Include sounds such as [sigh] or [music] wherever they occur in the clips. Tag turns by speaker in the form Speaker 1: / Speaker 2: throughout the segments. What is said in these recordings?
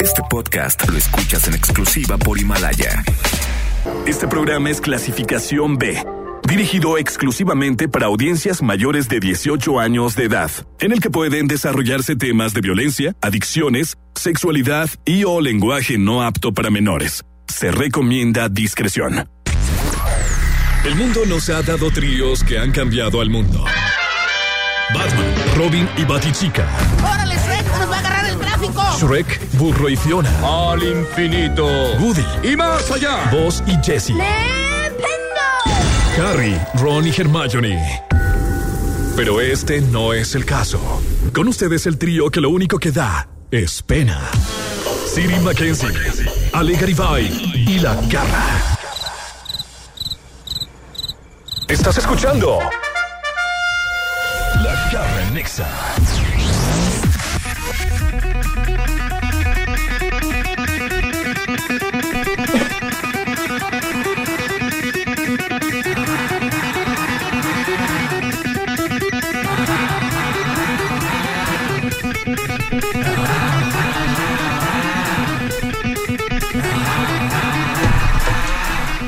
Speaker 1: Este podcast lo escuchas en exclusiva por Himalaya. Este programa es clasificación B, dirigido exclusivamente para audiencias mayores de 18 años de edad, en el que pueden desarrollarse temas de violencia, adicciones, sexualidad y o lenguaje no apto para menores. Se recomienda discreción. El mundo nos ha dado tríos que han cambiado al mundo. Batman, Robin y Batichica.
Speaker 2: ¡Órale, Shrek! ¡Nos va a agarrar el tráfico!
Speaker 1: Shrek, Burro y Fiona.
Speaker 3: Al infinito.
Speaker 1: Woody,
Speaker 3: Y más allá.
Speaker 1: Vos y Jesse. Harry, Ron y Hermione. Pero este no es el caso. Con ustedes el trío que lo único que da es pena. Siri Mackenzie, Ale Garibay y La Garra. Estás escuchando La Garra en Nexa.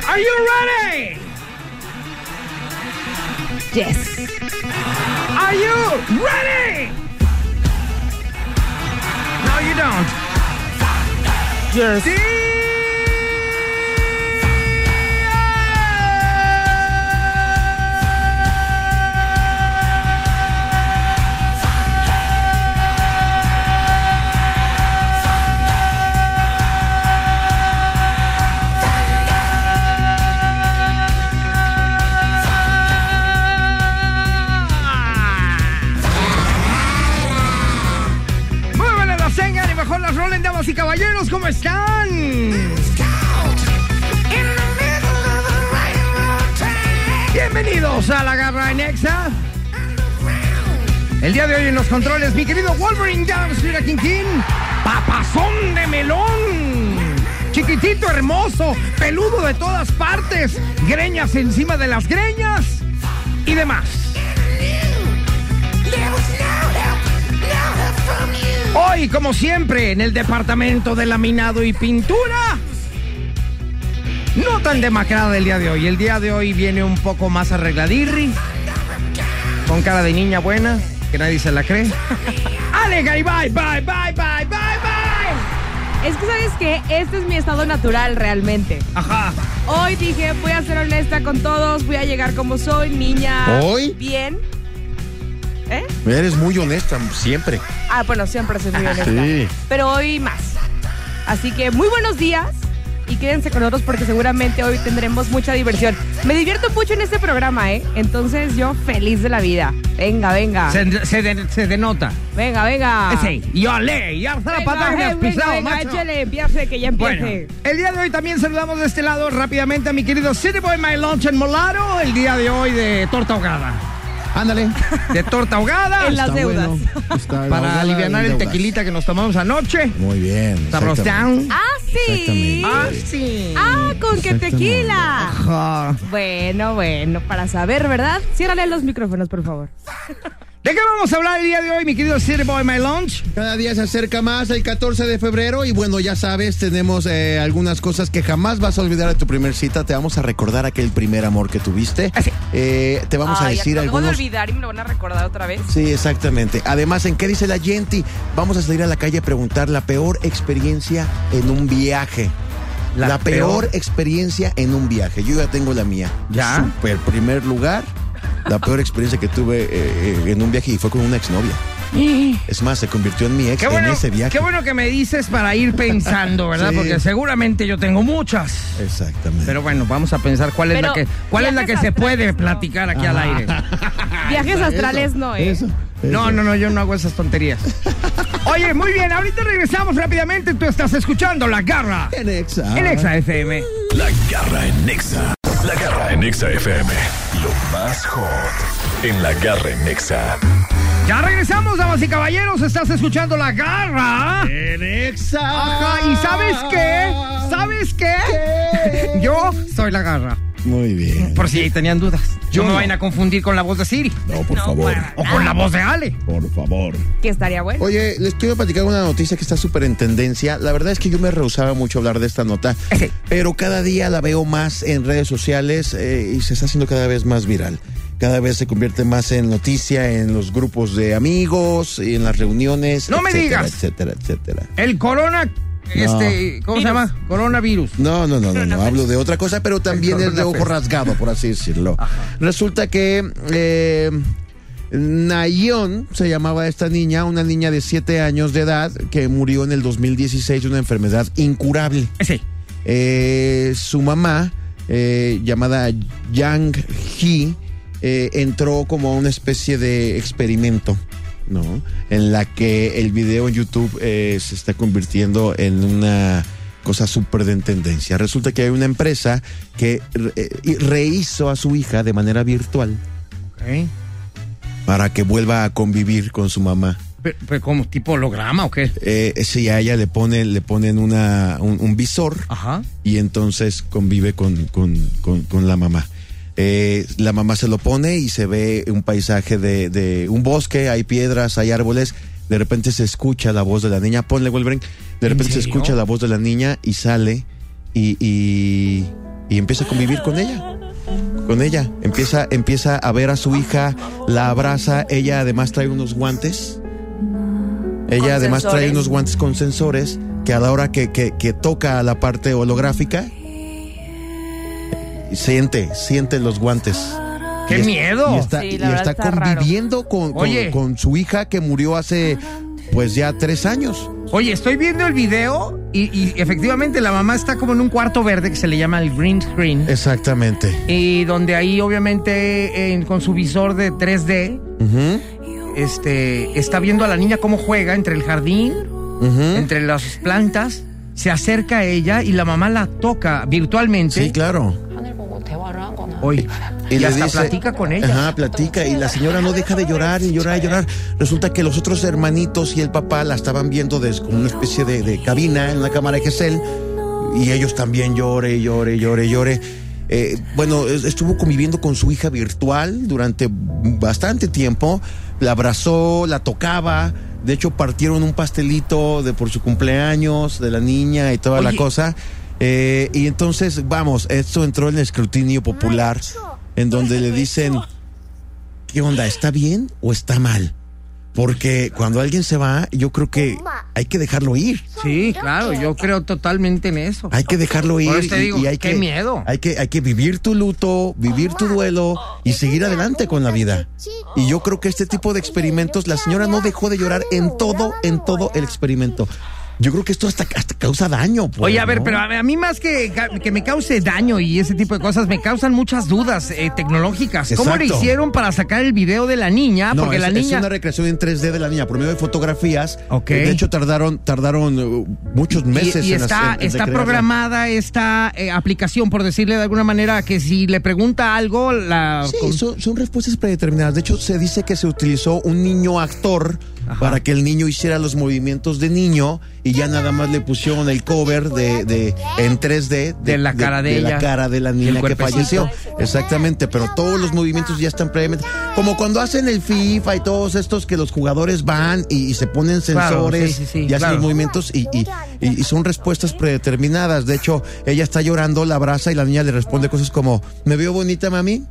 Speaker 4: Are you ready?
Speaker 2: Yes.
Speaker 4: Are you ready? No, you don't.
Speaker 2: Yes.
Speaker 4: Muy buenas las tengan y mejor las rolen, damas y caballeros, ¿cómo están? Bienvenidos a la garra en Exa. El día de hoy en los controles, mi querido Wolverine Down, Quintín, papazón de melón. Chiquitito, hermoso, peludo de todas partes, greñas encima de las greñas y demás. Hoy, como siempre, en el departamento de laminado y pintura. No tan demacrada el día de hoy. El día de hoy viene un poco más arregladirri. Con cara de niña buena, que nadie se la cree. Ale, Garibay, bye, bye, bye, bye, bye.
Speaker 5: Es que sabes que este es mi estado natural realmente.
Speaker 4: Ajá.
Speaker 5: Hoy dije, voy a ser honesta con todos, voy a llegar como soy, niña.
Speaker 6: ¿Hoy?
Speaker 5: Bien. ¿Eh?
Speaker 6: Eres muy honesta, siempre.
Speaker 5: Ah, bueno, siempre soy muy honesta.
Speaker 6: Sí.
Speaker 5: Pero hoy más. Así que muy buenos días y quédense con nosotros porque seguramente hoy tendremos mucha diversión. Me divierto mucho en este programa, ¿eh? Entonces yo feliz de la vida. Venga, venga.
Speaker 4: Se, se de- se denota.
Speaker 5: Venga, venga.
Speaker 4: Ese, y ole, ya hasta la
Speaker 5: Venga,
Speaker 4: pata que me has
Speaker 5: Ah. eh, venga,
Speaker 4: pisado,
Speaker 5: venga,
Speaker 4: macho.
Speaker 5: échale, empiece, que ya empiece.
Speaker 4: Bueno, el día de hoy también saludamos de este lado rápidamente a mi querido City Boy My Lunch en Molaro, el día de hoy de torta ahogada.
Speaker 6: Ándale.
Speaker 4: De torta ahogada [laughs]
Speaker 5: En las
Speaker 6: Está
Speaker 5: deudas.
Speaker 6: bueno. Está
Speaker 4: para
Speaker 6: ahogada
Speaker 4: aliviar
Speaker 6: en
Speaker 4: el
Speaker 6: deudas.
Speaker 4: tequilita que nos tomamos anoche.
Speaker 6: Muy bien.
Speaker 4: Sabros
Speaker 6: exactamente.
Speaker 4: down.
Speaker 5: [laughs] Ah, sí.
Speaker 6: Exactamente.
Speaker 4: Ah, sí.
Speaker 5: Ah, con que
Speaker 6: Exactamente.
Speaker 5: tequila.
Speaker 4: Ajá.
Speaker 5: Bueno, bueno, para saber, ¿verdad? Ciérrale los micrófonos, por favor.
Speaker 4: ¿De qué vamos a hablar el día de hoy, mi querido City Boy My Lunch?
Speaker 6: Cada día se acerca más el 14 de febrero y bueno, ya sabes, tenemos eh, algunas cosas que jamás vas a olvidar de tu primer cita. Te vamos a recordar aquel primer amor que tuviste.
Speaker 4: Ah, sí.
Speaker 6: Eh, te vamos a decir algunos...
Speaker 5: olvidar y me lo van a recordar otra vez.
Speaker 6: Sí, exactamente. Además, ¿en qué dice la gente? Vamos a salir a la calle a preguntar la peor experiencia en un viaje.
Speaker 4: La
Speaker 6: La, peor,
Speaker 4: peor.
Speaker 6: experiencia en un viaje. Yo ya tengo la mía.
Speaker 4: ¿Ya?
Speaker 6: Super primer lugar. La peor experiencia que tuve eh, eh, en un viaje y fue con una exnovia. Es más, se convirtió en mi ex
Speaker 4: Qué
Speaker 6: en
Speaker 4: bueno,
Speaker 6: ese viaje.
Speaker 4: qué bueno que me dices para [laughs] ir pensando, ¿verdad?
Speaker 6: Sí.
Speaker 4: Porque seguramente yo tengo muchas.
Speaker 6: Exactamente.
Speaker 4: Pero bueno, vamos a pensar cuál es
Speaker 5: Pero
Speaker 4: la que cuál es la que
Speaker 5: viajes
Speaker 4: se puede
Speaker 5: astrales, ¿no?
Speaker 4: platicar aquí al aire.
Speaker 6: [laughs]
Speaker 5: Viajes astrales no, ¿eh?
Speaker 6: Eso,
Speaker 4: No,
Speaker 6: eso.
Speaker 4: no, no, yo no hago esas [laughs] tonterías. Oye, muy bien, ahorita regresamos rápidamente. Tú estás escuchando La Garra
Speaker 6: En Exa.
Speaker 4: en Exa FM.
Speaker 1: La Garra en Nexa. La Garra en Nexa FM. Lo más hot en La Garra en Nexa.
Speaker 4: Ya regresamos, damas y caballeros. Estás escuchando La Garra.
Speaker 6: En Exa.
Speaker 4: Ajá, ¿y sabes qué? ¿Sabes qué? Yo soy La Garra.
Speaker 6: Muy bien.
Speaker 4: Por si tenían dudas. Yo
Speaker 6: Yo
Speaker 4: no Ah.
Speaker 6: no.
Speaker 4: me vayan a confundir con la voz de Siri.
Speaker 6: No, por favor.
Speaker 4: O con la voz de Ale.
Speaker 6: Por favor.
Speaker 5: Que estaría bueno.
Speaker 6: Oye, les quiero platicar una noticia que está súper en tendencia. La verdad es que yo me rehusaba mucho a hablar de esta nota,
Speaker 4: Sí.
Speaker 6: pero cada día la veo más en redes sociales eh, y se está haciendo cada vez más viral. Cada vez se convierte más en noticia en los grupos de amigos y en las reuniones.
Speaker 4: No me
Speaker 6: etcétera,
Speaker 4: digas.
Speaker 6: Etcétera, etcétera.
Speaker 4: El corona. Este, ¿cómo se llama? Coronavirus.
Speaker 6: No, no, no, no, no, hablo de otra cosa, pero también es de ojo
Speaker 4: coronavirus.
Speaker 6: rasgado, por así decirlo. Resulta que eh, Nayon se llamaba esta niña, una niña de 7 años de edad que murió en el 2016 de una enfermedad incurable.
Speaker 4: Sí.
Speaker 6: Eh, su mamá, eh, llamada Yang Hee, eh, entró como a una especie de experimento, ¿no? En la que el video en YouTube eh, se está convirtiendo en una cosa súper de tendencia. Resulta que hay una empresa que re- eh, y rehizo a su hija de manera virtual
Speaker 4: Ok.
Speaker 6: para que vuelva a convivir con su mamá.
Speaker 4: Pero, pero como tipo holograma o qué?
Speaker 6: Eh, sí, a ella le, pone, le ponen una, un- un visor
Speaker 4: Ajá.
Speaker 6: y entonces convive con, con- con- con la mamá. Eh, la mamá se lo pone y se ve un paisaje de, de un bosque, hay piedras, hay árboles. De repente se escucha la voz de la niña. Ponle, Wolverine. De
Speaker 4: ¿En
Speaker 6: repente se
Speaker 4: serio?
Speaker 6: escucha la voz de la niña y sale y, y- y empieza a convivir con ella. Con ella. Empieza, empieza a ver a su hija, la abraza. Ella además trae unos guantes. Ella además trae
Speaker 5: sensores.
Speaker 6: unos guantes con sensores que a la hora que, que- que toca la parte holográfica, siente, siente los guantes.
Speaker 4: ¡Qué
Speaker 6: Y es-
Speaker 4: miedo!
Speaker 6: Y está,
Speaker 5: Sí, la
Speaker 6: y
Speaker 5: verdad
Speaker 6: está
Speaker 5: está raro.
Speaker 6: conviviendo con, con-
Speaker 4: Oye.
Speaker 6: con su hija que murió hace pues ya tres años.
Speaker 4: Oye, estoy viendo el video y, y efectivamente la mamá está como en un cuarto verde que se le llama el green screen.
Speaker 6: Exactamente.
Speaker 4: Y donde ahí obviamente en- con su visor de 3D
Speaker 6: Ujú,
Speaker 4: este, está viendo a la niña cómo juega entre el jardín,
Speaker 6: ujú.
Speaker 4: entre las plantas. Se acerca a ella y la mamá la toca virtualmente.
Speaker 6: Sí, claro.
Speaker 4: Hoy. Y,
Speaker 6: le
Speaker 4: hasta
Speaker 6: dice-
Speaker 4: platica con ella.
Speaker 6: Ajá, platica. Y la señora no deja de llorar y llorar y llorar. Resulta que los otros hermanitos y el papá la estaban viendo desde como una especie de, de cabina en una cámara de él Y ellos también llore, llore, llore, llore. Eh, bueno, es- estuvo conviviendo con su hija virtual durante bastante tiempo. La abrazó, la tocaba. De hecho, partieron un pastelito de por su cumpleaños de la niña y toda la
Speaker 4: Oye.
Speaker 6: cosa. Eh, y entonces, vamos, esto entró en el escrutinio popular, en donde le dicen, ¿qué onda? ¿Está bien o está mal? Porque cuando alguien se va, yo creo que hay que dejarlo ir.
Speaker 4: Sí, claro, yo creo totalmente en eso.
Speaker 6: Hay que dejarlo ir
Speaker 4: Por eso te
Speaker 6: y-
Speaker 4: digo,
Speaker 6: y, hay
Speaker 4: qué
Speaker 6: que
Speaker 4: miedo.
Speaker 6: Hay que hay que vivir tu luto, vivir tu duelo y seguir adelante con la vida. Y yo creo que este tipo de experimentos la señora no dejó de llorar en todo en todo el experimento. Yo creo que esto hasta, hasta causa daño. pues,
Speaker 4: Oye, a ver,
Speaker 6: ¿no?
Speaker 4: pero ah, a, a mí más que, ca- que me cause daño y ese tipo de cosas, me causan muchas dudas eh, tecnológicas. ¿Cómo le
Speaker 6: Exacto.
Speaker 4: hicieron para sacar el video de la niña?
Speaker 6: No,
Speaker 4: Porque
Speaker 6: es,
Speaker 4: la
Speaker 6: es
Speaker 4: niña...
Speaker 6: una recreación en 3D de la niña por medio de fotografías.
Speaker 4: Ok.
Speaker 6: De hecho, tardaron, tardaron eh, muchos
Speaker 4: y-
Speaker 6: meses
Speaker 4: y,
Speaker 6: en
Speaker 4: está,
Speaker 6: hacer- en
Speaker 4: está
Speaker 6: recrearla.
Speaker 4: programada esta eh, aplicación, por decirle de alguna manera, que si le pregunta algo, la...
Speaker 6: Sí,
Speaker 4: con-
Speaker 6: son, son respuestas predeterminadas. De hecho, se dice que se utilizó un niño actor para que el niño hiciera los movimientos de niño y ya nada más le pusieron el cover de, de en 3D
Speaker 4: De la cara de
Speaker 6: la
Speaker 4: ella.
Speaker 6: cara de la
Speaker 4: el
Speaker 6: niña que
Speaker 4: cuerpecito.
Speaker 6: falleció. Exactamente, pero todos los movimientos ya están previamente. Como cuando hacen el FIFA y todos estos que los jugadores van y, y se ponen
Speaker 4: Claro,
Speaker 6: sensores
Speaker 4: sí, sí, sí,
Speaker 6: y hacen
Speaker 4: claro.
Speaker 6: los movimientos y, y- y- y son respuestas predeterminadas. De hecho, ella está llorando, la abraza y la niña le responde cosas como, ¿me veo bonita, mami?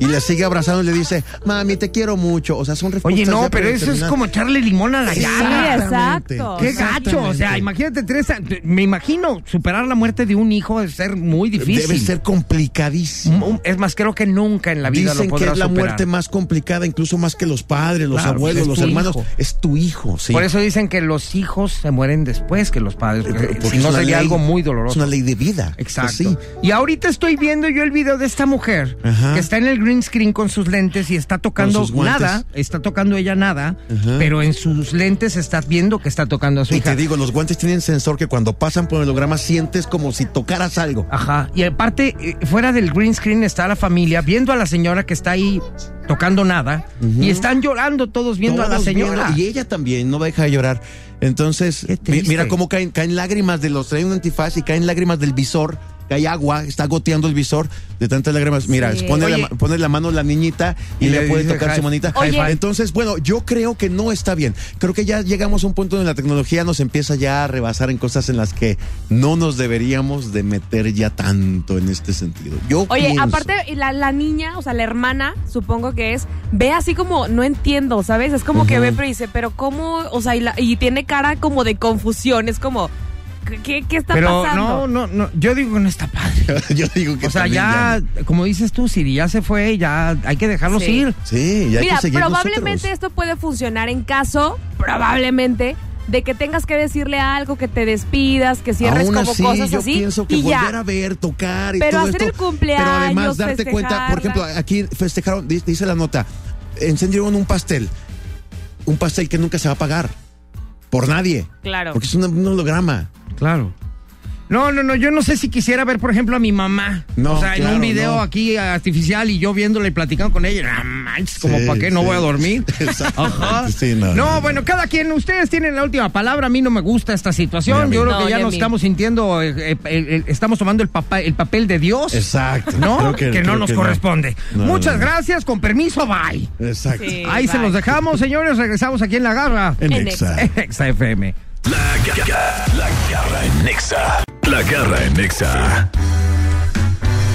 Speaker 6: Y le sigue abrazando y le dice, mami, te quiero mucho. O sea, son respuestas.
Speaker 4: Oye,
Speaker 6: ya
Speaker 4: no, pero eso es
Speaker 6: predeterminadas.
Speaker 4: como echarle limón a la
Speaker 5: Sí,
Speaker 4: llaga.
Speaker 5: exacto.
Speaker 4: Qué gacho, o sea,
Speaker 6: Exactamente.
Speaker 4: imagínate tres, a- me imagino superar la muerte de un hijo debe ser muy difícil.
Speaker 6: Debe ser complicadísimo.
Speaker 4: Mm, Es más, creo que nunca en la vida
Speaker 6: Dicen
Speaker 4: lo
Speaker 6: que
Speaker 4: podrás
Speaker 6: es la
Speaker 4: superar.
Speaker 6: muerte más complicada, incluso más que los padres, los
Speaker 4: Claro,
Speaker 6: abuelos,
Speaker 4: es
Speaker 6: los
Speaker 4: tu
Speaker 6: hermanos.
Speaker 4: hijo.
Speaker 6: Es tu hijo, sí.
Speaker 4: Por eso dicen que los hijos se mueren después que los padres,
Speaker 6: Eh,
Speaker 4: porque
Speaker 6: porque
Speaker 4: si
Speaker 6: es
Speaker 4: no
Speaker 6: una
Speaker 4: sería
Speaker 6: ley-
Speaker 4: algo muy
Speaker 6: Es
Speaker 4: doloroso.
Speaker 6: una ley de vida. Pues
Speaker 4: Exacto.
Speaker 6: Sí.
Speaker 4: Y ahorita estoy viendo yo el video de esta mujer
Speaker 6: Ajá.
Speaker 4: que está en el green screen con sus lentes y está tocando
Speaker 6: sus guantes.
Speaker 4: nada, está tocando ella nada, pero en sus lentes estás viendo que está tocando a su
Speaker 6: Y
Speaker 4: hija.
Speaker 6: te digo, los guantes tienen sensor que cuando pasan por el holograma sientes como si tocaras algo.
Speaker 4: Ajá. Y aparte, eh, fuera del green screen está la familia viendo a la señora que está ahí tocando nada y están llorando todos viendo a la
Speaker 6: Todos
Speaker 4: señora.
Speaker 6: viendo, y ella también, no deja de llorar. Entonces,
Speaker 4: Qué
Speaker 6: mi-
Speaker 4: triste.
Speaker 6: mira cómo caen, caen lágrimas de los traen un antifaz y caen lágrimas del visor cae agua, está goteando el visor de tantas lágrimas. Mira,
Speaker 5: Sí.
Speaker 6: pone, la,
Speaker 4: Oye.
Speaker 6: ma- pone la mano a la niñita
Speaker 4: Y
Speaker 6: y, le,
Speaker 4: le
Speaker 6: puede
Speaker 4: dice
Speaker 6: tocar
Speaker 4: hi-
Speaker 6: su manita.
Speaker 5: Oye.
Speaker 6: Hi-fi. Entonces, bueno, yo creo que no está bien. Creo que ya llegamos a un punto en la tecnología nos empieza ya a rebasar en cosas en las que no nos deberíamos de meter ya tanto en este sentido. Yo
Speaker 5: Oye,
Speaker 6: pienso.
Speaker 5: aparte, y la, la niña, o sea, la hermana, supongo que es, ve así como, no entiendo, ¿sabes? Es como que ve, pero dice, pero ¿cómo? O sea, y, la- y tiene cara como de confusión, es como, ¿qué- ¿qué, qué está
Speaker 4: Pero
Speaker 5: pasando?
Speaker 4: no, no, no, yo digo que no está padre.
Speaker 6: [laughs] yo digo que
Speaker 4: O sea,
Speaker 6: también
Speaker 4: ya, como dices tú, Siri, ya se fue, ya hay que dejarlos
Speaker 5: Sí.
Speaker 4: ir.
Speaker 6: Sí, ya hay
Speaker 5: Mira,
Speaker 6: que seguir
Speaker 5: probablemente
Speaker 6: nosotros.
Speaker 5: esto puede funcionar en caso, probablemente, de que tengas que decirle algo, que te despidas, que cierres
Speaker 6: Aún
Speaker 5: como
Speaker 6: así,
Speaker 5: cosas
Speaker 6: yo
Speaker 5: así.
Speaker 6: pienso que
Speaker 5: y ya.
Speaker 6: volver a ver, tocar y
Speaker 5: Pero
Speaker 6: todo
Speaker 5: hacer
Speaker 6: esto,
Speaker 5: el cumpleaños,
Speaker 6: Pero además darte cuenta, por ejemplo,
Speaker 5: festejarla.
Speaker 6: aquí festejaron, di- dice la nota, encendieron un pastel, un pastel que nunca se va a pagar por nadie,
Speaker 5: Claro.
Speaker 6: porque es un, un holograma.
Speaker 4: Claro. No, no, no, yo no sé si quisiera ver, por ejemplo, a mi mamá.
Speaker 6: No,
Speaker 4: o sea, en
Speaker 6: claro,
Speaker 4: un video
Speaker 6: no.
Speaker 4: aquí artificial y yo viéndola y platicando con ella. Ah, manches, como
Speaker 6: Sí,
Speaker 4: para qué no
Speaker 6: sí.
Speaker 4: voy a dormir.
Speaker 6: [laughs] Exacto.
Speaker 4: Ajá.
Speaker 6: Sí,
Speaker 4: no,
Speaker 6: no, no.
Speaker 4: bueno, cada quien, ustedes tienen la última palabra. A mí no me gusta esta
Speaker 6: Ni a
Speaker 4: situación.
Speaker 6: mí.
Speaker 4: Yo creo
Speaker 5: No,
Speaker 4: que ya
Speaker 5: ni a
Speaker 4: nos
Speaker 5: mí.
Speaker 4: estamos sintiendo, eh, eh, eh, estamos tomando el, papá, el papel de Dios.
Speaker 6: Exacto.
Speaker 4: ¿No?
Speaker 6: [laughs] Creo
Speaker 4: Que, no
Speaker 6: creo
Speaker 4: nos corresponde.
Speaker 6: No,
Speaker 4: Muchas
Speaker 6: no, no.
Speaker 4: gracias, con permiso, bye.
Speaker 6: Exacto. Ah,
Speaker 5: Sí.
Speaker 4: Ahí se
Speaker 5: bye.
Speaker 4: los dejamos, señores. Regresamos aquí en la garra.
Speaker 6: En
Speaker 5: En
Speaker 6: Exa.
Speaker 4: [laughs] Exa FM.
Speaker 1: La garra, la garra en Nexa. La garra en Nexa.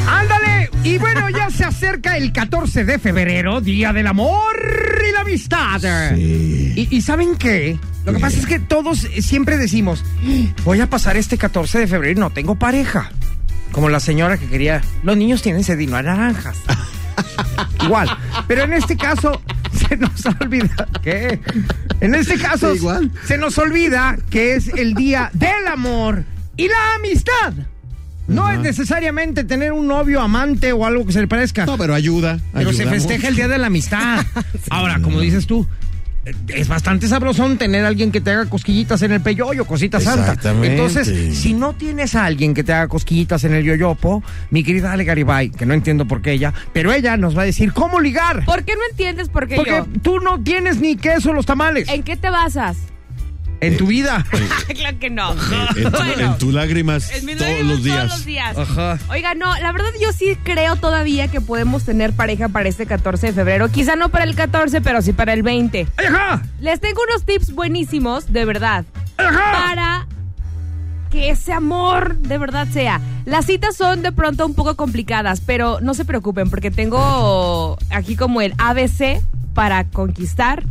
Speaker 4: Ándale, y bueno, ya se acerca el 14 de febrero, Día del Amor y la Amistad.
Speaker 6: Sí.
Speaker 4: Y, y ¿saben qué? Lo que pasa es que todos eh, siempre decimos, voy a pasar este 14 de febrero y no tengo pareja. Como la señora que quería, los niños tienen sedino a
Speaker 6: [laughs]
Speaker 4: naranjas. Igual. Pero en este caso se nos olvida que en este caso
Speaker 6: Sí, igual.
Speaker 4: se nos olvida que es el día del amor y la amistad. No es necesariamente tener un novio, amante o algo que se le parezca.
Speaker 6: No, pero ayuda.
Speaker 4: Pero se
Speaker 6: ayuda
Speaker 4: festeja
Speaker 6: mucho.
Speaker 4: el Día de la Amistad. Ahora, como dices tú, eh, es bastante sabrosón tener a alguien que te haga cosquillitas en el peyoyo, cositas santas.
Speaker 6: Exactamente.
Speaker 4: Entonces, si no tienes a alguien que te haga cosquillitas en el yoyopo, mi querida Ale Garibay, que no entiendo por qué ella, pero ella nos va a decir cómo ligar.
Speaker 5: ¿Por qué no entiendes por qué
Speaker 4: Porque
Speaker 5: yo?
Speaker 4: tú no tienes ni queso los tamales en,
Speaker 5: ¿En qué te basas? [laughs] Ah,
Speaker 4: tu vida.
Speaker 5: claro que no.
Speaker 6: En tu,
Speaker 5: Bueno.
Speaker 6: en tu lágrimas
Speaker 5: En mis
Speaker 6: todos
Speaker 5: lágrimas
Speaker 6: los días.
Speaker 5: Todos los
Speaker 4: [laughs]
Speaker 5: días.
Speaker 4: Ajá.
Speaker 5: Oiga, no, la verdad yo sí creo todavía que podemos tener pareja para este 14 de febrero. Quizá no para el 14, pero sí para el 20.
Speaker 4: ¡Ajá!
Speaker 5: Les tengo unos tips buenísimos, de verdad,
Speaker 4: ¡Ajá!
Speaker 5: para que ese amor de verdad sea. Las citas son de pronto un poco complicadas, pero no se preocupen porque tengo aquí como el ABC para conquistar,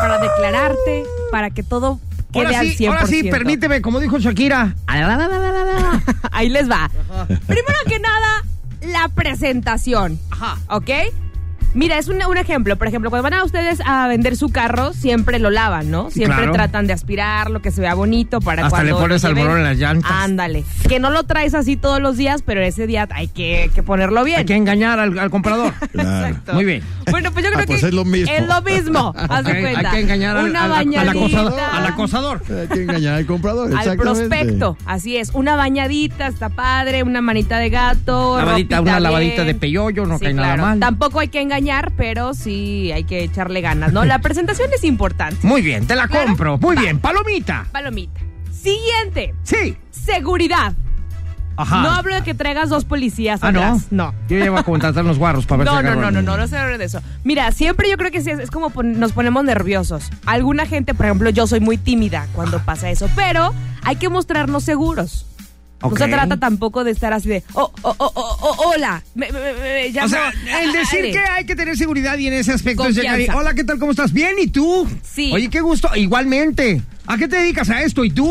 Speaker 5: para declararte, para que todo quede
Speaker 4: Ahora
Speaker 5: al
Speaker 4: sí,
Speaker 5: 100%.
Speaker 4: ahora sí, permíteme, como dijo Shakira.
Speaker 5: Ahí les va. Primero que nada, la presentación.
Speaker 4: Ajá.
Speaker 5: ¿Ok? Mira, es un, un ejemplo. Por ejemplo, cuando van a ustedes a vender su carro, siempre lo lavan, ¿no? Siempre
Speaker 4: Claro.
Speaker 5: tratan de aspirarlo, que se vea bonito para
Speaker 4: Hasta
Speaker 5: cuando
Speaker 4: le pones
Speaker 5: lo lleven.
Speaker 4: alborón en las llantas.
Speaker 5: Ándale. Que no lo traes así todos los días, pero ese día hay que, que ponerlo bien.
Speaker 4: Hay que engañar al, al comprador.
Speaker 6: Claro.
Speaker 5: Exacto.
Speaker 4: Muy bien.
Speaker 5: Bueno, pues yo creo
Speaker 6: Ah, pues
Speaker 5: que
Speaker 6: es lo mismo.
Speaker 5: Es
Speaker 4: [laughs]
Speaker 5: lo mismo. Haz de
Speaker 4: Hay- hay,
Speaker 5: cuenta.
Speaker 4: que engañar al,
Speaker 5: Una
Speaker 4: al- al- al acosador.
Speaker 5: bañadita.
Speaker 4: Al acosador.
Speaker 6: Hay que engañar al comprador.
Speaker 5: Al
Speaker 6: exactamente.
Speaker 5: prospecto, así es. Una bañadita, está padre, una manita de gato.
Speaker 4: Lavadita,
Speaker 5: ropita
Speaker 4: una
Speaker 5: bien.
Speaker 4: lavadita de peyoyo, no
Speaker 5: Sí,
Speaker 4: cae nada
Speaker 5: claro.
Speaker 4: mal.
Speaker 5: Tampoco hay que engañar, pero sí hay que echarle ganas, ¿no? La presentación es importante.
Speaker 4: Muy bien, te la
Speaker 5: Claro.
Speaker 4: compro. Muy bien, palomita.
Speaker 5: Palomita. Siguiente,
Speaker 4: Sí.
Speaker 5: seguridad.
Speaker 4: Ajá.
Speaker 5: No hablo de que traigas dos policías
Speaker 4: ah, no.
Speaker 5: atrás. No.
Speaker 4: Yo llevo a contratar los guarros para ver si
Speaker 5: No, no,
Speaker 4: agarro
Speaker 5: no,
Speaker 4: al
Speaker 5: no,
Speaker 4: niño.
Speaker 5: no, no se hable de eso. Mira, siempre yo creo que sí es, es como pon- nos ponemos nerviosos. Alguna gente, por ejemplo, yo soy muy tímida cuando pasa eso, pero hay que mostrarnos seguros.
Speaker 4: Ok.
Speaker 5: No se trata tampoco de estar así de, oh, oh, oh, oh, oh, hola. me- me- me- me llamo
Speaker 4: O sea, el decir
Speaker 5: Ale".
Speaker 4: que hay que tener seguridad y en ese aspecto es llegar y,
Speaker 5: Confianza.
Speaker 4: hola, ¿qué tal? ¿Cómo estás? Bien, ¿y tú?
Speaker 5: Sí.
Speaker 4: Oye, qué gusto. Igualmente. ¿A qué te dedicas a esto? ¿Y tú?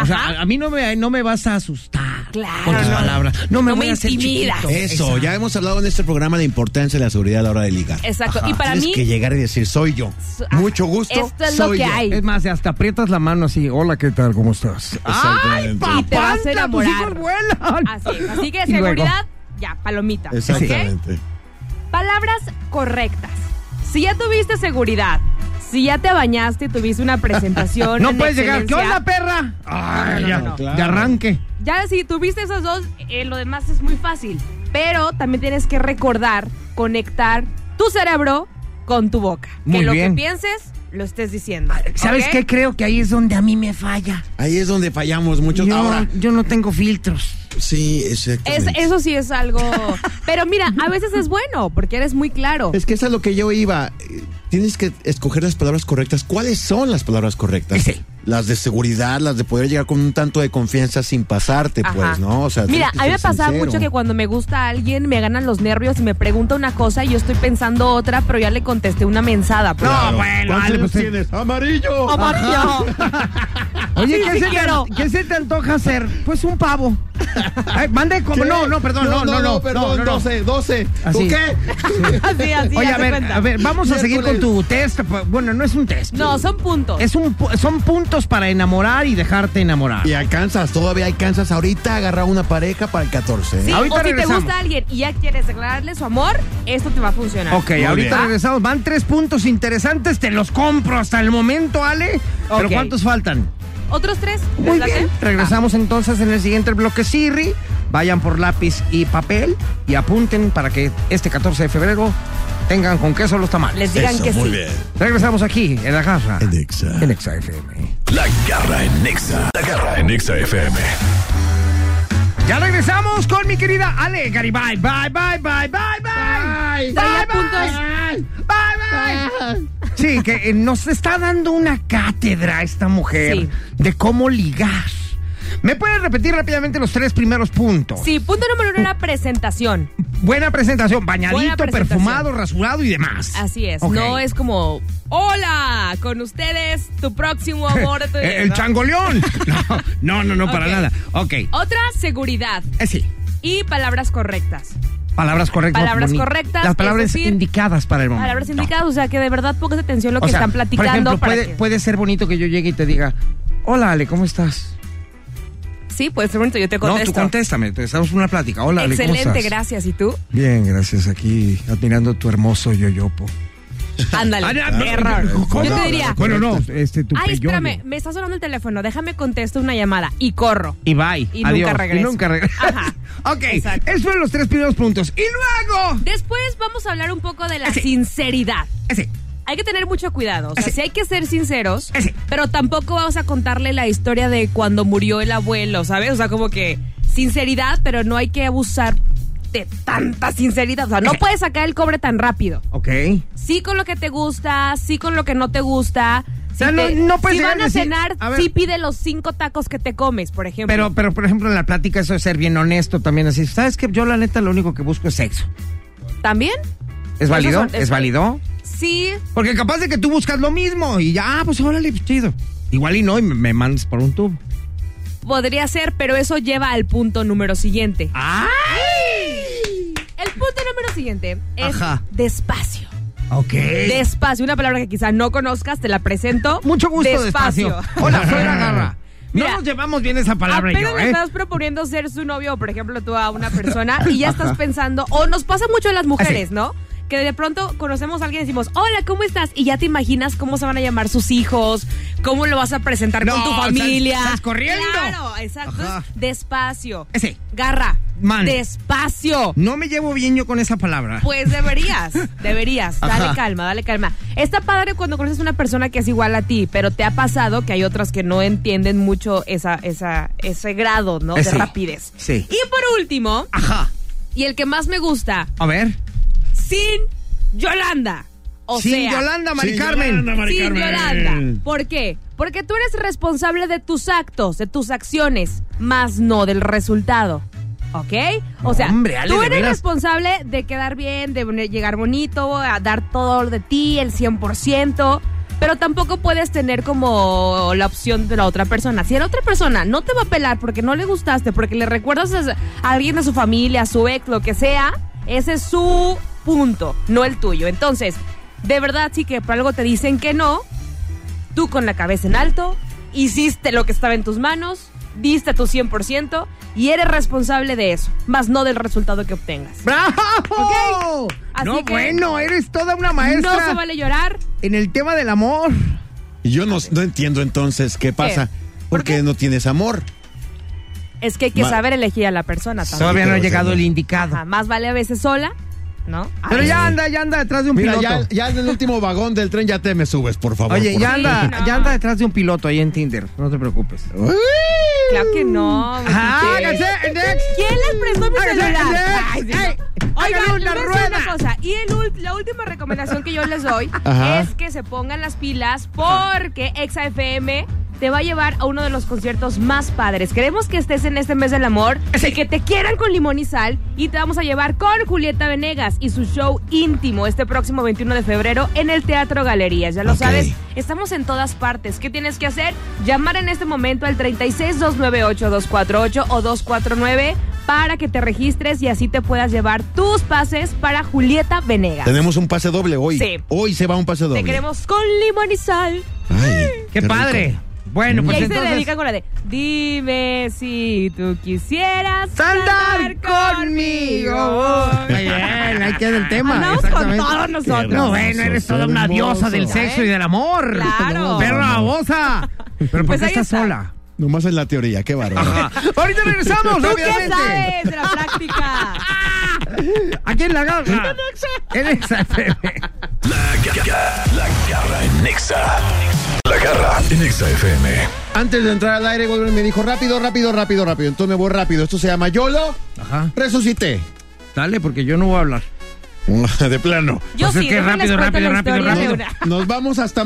Speaker 4: O sea,
Speaker 5: Ajá.
Speaker 4: a, a mí no me, no me vas a asustar.
Speaker 5: Ah, Claro,
Speaker 4: Con tus
Speaker 5: no.
Speaker 4: palabras. No me
Speaker 5: No
Speaker 4: voy
Speaker 5: me
Speaker 4: a hacer
Speaker 5: intimidas.
Speaker 4: chiquito.
Speaker 6: Eso, ya hemos hablado en este programa de la importancia de la seguridad a la hora de ligar.
Speaker 5: Exacto. Y para
Speaker 6: Tienes
Speaker 5: mí,
Speaker 6: que llegar y decir, soy yo.
Speaker 5: So-
Speaker 6: Mucho gusto.
Speaker 5: esto es lo
Speaker 6: soy
Speaker 5: que
Speaker 6: yo.
Speaker 5: hay.
Speaker 4: Es más, hasta aprietas la mano así. Hola, ¿qué tal? ¿Cómo estás?
Speaker 6: Exactamente.
Speaker 5: Ah, Y te vas a
Speaker 4: ¡Panta! ¡Tus
Speaker 5: enamorar.
Speaker 4: hijos vuelan!
Speaker 5: así, es. así que
Speaker 4: [laughs] Y luego,
Speaker 5: seguridad, ya, palomita. ¿ok?
Speaker 6: Exactamente.
Speaker 5: Palabras correctas. Si ya tuviste seguridad, si ya te bañaste y tuviste una presentación.
Speaker 4: [laughs] No
Speaker 5: en
Speaker 4: puedes llegar. ¿Qué
Speaker 5: excelencia,
Speaker 4: onda, perra? Ay,
Speaker 5: no,
Speaker 4: ya,
Speaker 5: no.
Speaker 4: de arranque.
Speaker 5: Ya si tuviste esas dos, eh, lo demás es muy fácil. Pero también tienes que recordar, conectar tu cerebro con tu boca.
Speaker 4: Muy
Speaker 5: que lo
Speaker 4: bien. Ah,
Speaker 5: que pienses, lo estés diciendo.
Speaker 4: ¿Sabes
Speaker 5: ¿ok?
Speaker 4: qué? Creo que ahí es donde a mí me falla.
Speaker 6: Ahí es donde fallamos muchos.
Speaker 4: Yo,
Speaker 6: Ahora,
Speaker 4: yo no tengo filtros.
Speaker 6: sí,
Speaker 5: Es-
Speaker 6: exactamente.
Speaker 5: eso sí es algo. Pero mira, a veces es bueno porque eres muy claro.
Speaker 6: Es que es a lo que yo iba. Eh, Tienes que escoger las palabras correctas. ¿Cuáles son las palabras correctas?
Speaker 4: Sí.
Speaker 6: Las de seguridad, las de poder llegar con un tanto de confianza sin pasarte,
Speaker 5: Ajá.
Speaker 6: pues, ¿no? O sea,
Speaker 5: Mira,
Speaker 6: tienes que
Speaker 5: a mí me
Speaker 6: ser
Speaker 5: pasaba
Speaker 6: sincero.
Speaker 5: mucho que cuando me gusta alguien me ganan los nervios y me pregunta una cosa y yo estoy pensando otra, pero ya le contesté una mensada. pues.
Speaker 4: No, bueno,
Speaker 6: ¿Cuántos
Speaker 4: Ale,
Speaker 6: años
Speaker 4: pues, eh,
Speaker 6: tienes? ¡Amarillo!
Speaker 5: Amarillo.
Speaker 4: Oye,
Speaker 5: Sí,
Speaker 4: ¿qué,
Speaker 5: [laughs] sí
Speaker 4: se te,
Speaker 5: quiero.
Speaker 4: ¿qué se te antoja hacer? Pues un pavo. Ay, mande como.
Speaker 6: ¿Qué?
Speaker 4: No, no, perdón, no, no, no. no,
Speaker 6: perdón,
Speaker 4: no, no.
Speaker 6: 12, 12. ¿Tú
Speaker 4: Así.
Speaker 6: qué?
Speaker 5: Así, así.
Speaker 4: Oye,
Speaker 5: haz
Speaker 4: a
Speaker 5: de
Speaker 4: ver,
Speaker 5: cuenta.
Speaker 4: a ver, vamos a seguir con tu test. pa- Bueno, no es un test.
Speaker 5: No, son puntos.
Speaker 4: Es un, pu- son puntos para enamorar y dejarte enamorar.
Speaker 6: Y alcanzas, todavía alcanzas ahorita agarrar una pareja para el 14. ¿eh?
Speaker 5: Sí,
Speaker 4: Ahorita
Speaker 5: o si te
Speaker 4: regresamos.
Speaker 5: gusta alguien y ya quieres declararle su amor, esto te va a funcionar.
Speaker 4: Ok, ahorita
Speaker 5: bien.
Speaker 4: regresamos. Van tres puntos interesantes. Te los compro hasta el momento, Ale. Pero
Speaker 5: Ok.
Speaker 4: ¿cuántos faltan?
Speaker 5: ¿Otros tres? ¿Les
Speaker 4: Muy
Speaker 5: late?
Speaker 4: bien. Regresamos entonces en el siguiente bloque, Siri. Vayan por lápiz y papel y apunten para que este 14 de febrero tengan con queso los
Speaker 5: Ah,
Speaker 4: tamales.
Speaker 5: Les digan
Speaker 6: Eso,
Speaker 5: que
Speaker 6: muy
Speaker 5: sí.
Speaker 6: bien.
Speaker 4: Regresamos aquí, en la casa.
Speaker 6: En Exa.
Speaker 4: En Exa FM.
Speaker 1: La garra en Nexa. La garra en Nexa FM.
Speaker 4: Ya regresamos con mi querida Ale Garibay. Bye, bye, bye, bye, bye. Bye,
Speaker 5: Traía
Speaker 4: bye. Bye, bye. Sí, que eh, nos está dando una cátedra esta mujer
Speaker 5: Sí.
Speaker 4: de cómo ligar. ¿Me puedes repetir rápidamente los tres primeros puntos?
Speaker 5: Sí, punto número uno era presentación.
Speaker 4: Buena presentación, bañadito,
Speaker 5: Buena presentación.
Speaker 4: perfumado, rasurado y demás.
Speaker 5: Así es.
Speaker 4: Ok.
Speaker 5: No es como, hola, con ustedes, tu
Speaker 4: [laughs]
Speaker 5: próximo amor de tu vida",
Speaker 4: Eh, El
Speaker 5: ¿no? [laughs]
Speaker 4: changoleón. No, no, no, no para
Speaker 5: Ok.
Speaker 4: nada. Ok.
Speaker 5: Otra, seguridad.
Speaker 4: Eh, sí.
Speaker 5: Y palabras correctas.
Speaker 4: Palabras correctas.
Speaker 5: Palabras
Speaker 4: boni-
Speaker 5: correctas,
Speaker 4: Las palabras
Speaker 5: es decir,
Speaker 4: indicadas para el momento.
Speaker 5: Palabras indicadas, o sea, que de verdad pongas atención a lo
Speaker 4: O
Speaker 5: que
Speaker 4: sea,
Speaker 5: están platicando.
Speaker 4: Por ejemplo,
Speaker 5: para
Speaker 4: puede,
Speaker 5: que-
Speaker 4: puede ser bonito que yo llegue y te diga, hola Ale, ¿cómo estás?
Speaker 5: Sí, puede ser bonito, yo te contesto.
Speaker 4: No, tú contéstame, te estamos en una plática. Hola Ale, ¿cómo estás?
Speaker 5: Excelente, gracias. ¿Y tú?
Speaker 4: Bien, gracias. Aquí admirando tu hermoso yoyopo.
Speaker 5: Ándale.
Speaker 4: Ah, no,
Speaker 5: Error.
Speaker 4: ¿cómo?
Speaker 5: Yo te diría,
Speaker 4: Bueno, no, este tu
Speaker 5: ay,
Speaker 4: peyoyo.
Speaker 5: espérame, me está sonando el teléfono, déjame contesto una llamada y corro.
Speaker 4: Y bye.
Speaker 5: Y nunca
Speaker 4: Adiós. Y
Speaker 5: regreso.
Speaker 4: nunca regreso.
Speaker 5: Ajá.
Speaker 4: [laughs] ok,
Speaker 5: Exacto.
Speaker 4: esos fueron los tres primeros puntos. Y luego.
Speaker 5: Después vamos a hablar un poco de la sinceridad.
Speaker 4: Ese.
Speaker 5: Hay que tener mucho cuidado, o sea,
Speaker 4: Ese.
Speaker 5: sí hay que ser sinceros,
Speaker 4: Ese.
Speaker 5: pero tampoco vamos a contarle la historia de cuando murió el abuelo, ¿sabes? O sea, como que sinceridad, pero no hay que abusar de tanta sinceridad, o sea, no
Speaker 4: Ese.
Speaker 5: puedes sacar el cobre tan rápido.
Speaker 4: Ok.
Speaker 5: Sí con lo que te gusta, sí con lo que no te gusta. Si,
Speaker 4: O sea, no-
Speaker 5: te-
Speaker 4: no puedes
Speaker 5: si
Speaker 4: llegar
Speaker 5: van
Speaker 4: a
Speaker 5: a
Speaker 4: decir,
Speaker 5: cenar,
Speaker 4: a ver.
Speaker 5: sí pide los cinco tacos que te comes, por ejemplo.
Speaker 4: Pero, pero, por ejemplo, en la plática, eso de ser bien honesto también, así. ¿Sabes que Yo, la neta, lo único que busco es sexo.
Speaker 5: ¿También?
Speaker 4: ¿Es válido?
Speaker 5: Pues son-
Speaker 4: ¿Es válido?
Speaker 5: Sí,
Speaker 4: Porque capaz de que tú buscas lo mismo y ya, ah, pues órale, pues chido. Igual y no, y me, me mandas por un tubo.
Speaker 5: podría ser, pero eso lleva al punto número siguiente.
Speaker 4: Ah. ¡Ay!
Speaker 5: El punto número siguiente es
Speaker 4: Ajá.
Speaker 5: despacio.
Speaker 4: Ok.
Speaker 5: Despacio, una palabra que quizá no conozcas, te la presento.
Speaker 4: Mucho gusto, despacio. Hola, soy la
Speaker 5: [laughs]
Speaker 4: garra.
Speaker 5: Mira,
Speaker 4: no nos llevamos bien esa palabra y
Speaker 5: Apenas
Speaker 4: yo,
Speaker 5: le
Speaker 4: ¿eh?
Speaker 5: estás proponiendo ser su novio, por ejemplo, tú a una
Speaker 4: [laughs]
Speaker 5: persona y ya estás pensando, o nos pasa mucho
Speaker 4: Ah,
Speaker 5: a las mujeres, ¿no? Que de pronto conocemos a alguien y decimos, hola, ¿cómo estás? Y ya te imaginas cómo se van a llamar sus hijos, cómo lo vas a presentar
Speaker 4: No,
Speaker 5: con tu
Speaker 4: estás-
Speaker 5: familia.
Speaker 4: estás corriendo.
Speaker 5: Claro, exacto.
Speaker 4: Ajá.
Speaker 5: Despacio.
Speaker 4: Ese.
Speaker 5: Garra.
Speaker 4: Man.
Speaker 5: Despacio.
Speaker 4: No me llevo bien yo con esa palabra. [laughs]
Speaker 5: Pues deberías, deberías. Dale
Speaker 4: Ajá.
Speaker 5: calma, dale calma. Está padre cuando conoces a una persona que es igual a ti, pero te ha pasado que hay otras que no entienden mucho esa, esa, ese grado, ¿no?
Speaker 4: Eh,
Speaker 5: De
Speaker 4: sí,
Speaker 5: rapidez.
Speaker 4: sí.
Speaker 5: Y por último,
Speaker 4: Ajá.
Speaker 5: y el que más me gusta,
Speaker 4: A ver.
Speaker 5: sin Yolanda. O
Speaker 4: Sin
Speaker 5: sea,
Speaker 4: Yolanda, Mari
Speaker 6: Sin
Speaker 4: Carmen.
Speaker 6: Yolanda, Mari
Speaker 5: sin
Speaker 6: Carmen.
Speaker 5: Yolanda. ¿Por qué? Porque tú eres responsable de tus actos, de tus acciones, más no del resultado. ¿Ok? O sea,
Speaker 4: Hombre, Ale,
Speaker 5: tú
Speaker 4: de
Speaker 5: eres
Speaker 4: veras.
Speaker 5: responsable de quedar bien, de bone- llegar bonito, a dar todo de ti, el 100%. Pero tampoco puedes tener como la opción de la otra persona. Si la otra persona no te va a pelar porque no le gustaste, porque le recuerdas a a alguien de su familia, a su ex, lo que sea, ese es su punto, no el tuyo. Entonces, de verdad sí que por algo te dicen que no, tú con la cabeza en alto, hiciste lo que estaba en tus manos, diste tu 100% y eres responsable de eso, más no del resultado que obtengas.
Speaker 4: ¡Bravo!
Speaker 5: Ok. Así
Speaker 4: No,
Speaker 5: que-
Speaker 4: bueno, eres toda una
Speaker 5: No
Speaker 4: maestra
Speaker 5: se vale llorar.
Speaker 4: en el tema del amor.
Speaker 6: Y yo no, no entiendo entonces qué pasa.
Speaker 5: ¿Por
Speaker 6: ¿Por qué
Speaker 5: qué?
Speaker 6: no tienes amor?
Speaker 5: Es que hay que
Speaker 6: Ma-
Speaker 5: saber elegir a la persona también.
Speaker 4: Todavía no ha
Speaker 6: pero,
Speaker 4: llegado
Speaker 6: señor.
Speaker 4: el indicado.
Speaker 5: Ajá, más vale a veces sola ¿no?
Speaker 4: Pero
Speaker 5: Ay,
Speaker 4: ya anda, ya anda detrás de un
Speaker 6: Mira,
Speaker 4: piloto.
Speaker 6: ya, ya en el último vagón del tren ya te me subes, por favor.
Speaker 4: Oye,
Speaker 6: por-
Speaker 4: ya anda,
Speaker 5: Sí, no.
Speaker 4: ya anda detrás de un piloto ahí en Tinder. No te preocupes.
Speaker 5: Claro que no.
Speaker 4: ¡Háganse! ¡Next!
Speaker 5: ¿Quién les prestó mi
Speaker 4: Háganse,
Speaker 5: celular?
Speaker 4: háganse.
Speaker 5: Ay, sí,
Speaker 4: Ey,
Speaker 5: no.
Speaker 4: háganle
Speaker 5: Oigan,
Speaker 4: una
Speaker 5: les voy a decir
Speaker 4: rueda.
Speaker 5: una cosa. Y el ul- la última recomendación que yo les doy
Speaker 6: Ajá.
Speaker 5: es que se pongan las pilas porque Exa FM te va a llevar a uno de los conciertos más padres. Queremos que estés en este mes del amor y que te quieran con limón y sal y te vamos a llevar con Julieta Venegas y su show íntimo este próximo 21 de febrero en el Teatro Galerías. Ya lo
Speaker 6: Ok.
Speaker 5: sabes, Estamos en todas partes. ¿Qué tienes que hacer? Llamar en este momento al 36-298-248 o 249 para que te registres y así te puedas llevar tus pases para Julieta Venegas.
Speaker 6: Tenemos un pase doble hoy.
Speaker 5: Sí.
Speaker 6: Hoy se va un pase doble.
Speaker 5: Te queremos con limón y sal.
Speaker 6: Ay,
Speaker 4: ¡Qué
Speaker 6: rico.
Speaker 4: padre! Bueno, pues
Speaker 5: y ahí se
Speaker 4: entonces.
Speaker 5: dedica con la de Dime si tú quisieras
Speaker 4: ¡Andar conmigo! Muy bien, ahí queda el tema.
Speaker 5: Andamos con
Speaker 4: exactamente.
Speaker 5: todos nosotros.
Speaker 4: No, bueno,
Speaker 6: Hermoso,
Speaker 4: eres toda una
Speaker 6: hermoso.
Speaker 4: diosa del sexo y del amor.
Speaker 5: Claro.
Speaker 4: ¡Perra babosa! Pero ¿por
Speaker 5: Pues
Speaker 4: qué
Speaker 5: ahí
Speaker 4: estás
Speaker 5: está.
Speaker 4: sola? Ah,
Speaker 6: Nomás en la teoría, qué bárbaro.
Speaker 4: Ahorita regresamos,
Speaker 5: ¿Tú qué
Speaker 4: rápidamente.
Speaker 5: sabes de la
Speaker 4: [laughs]
Speaker 5: práctica?
Speaker 4: Aquí en la garra. En esa FM.
Speaker 1: La garra en Nexa. La garra en Nexa FM.
Speaker 6: Antes de entrar al aire, Goldberg me dijo rápido, rápido, rápido, rápido. Entonces me voy rápido. Esto se llama YOLO.
Speaker 4: Ajá.
Speaker 6: Resucité.
Speaker 4: Ah, Dale, porque yo no voy a hablar.
Speaker 6: [laughs] De plano.
Speaker 5: Yo
Speaker 4: Pues es
Speaker 5: sí,
Speaker 4: que
Speaker 5: déjenles
Speaker 4: rápido,
Speaker 5: cuento
Speaker 4: rápido,
Speaker 5: la
Speaker 4: rápido,
Speaker 5: historia de
Speaker 4: rápido.
Speaker 5: una.
Speaker 6: Nos vamos hasta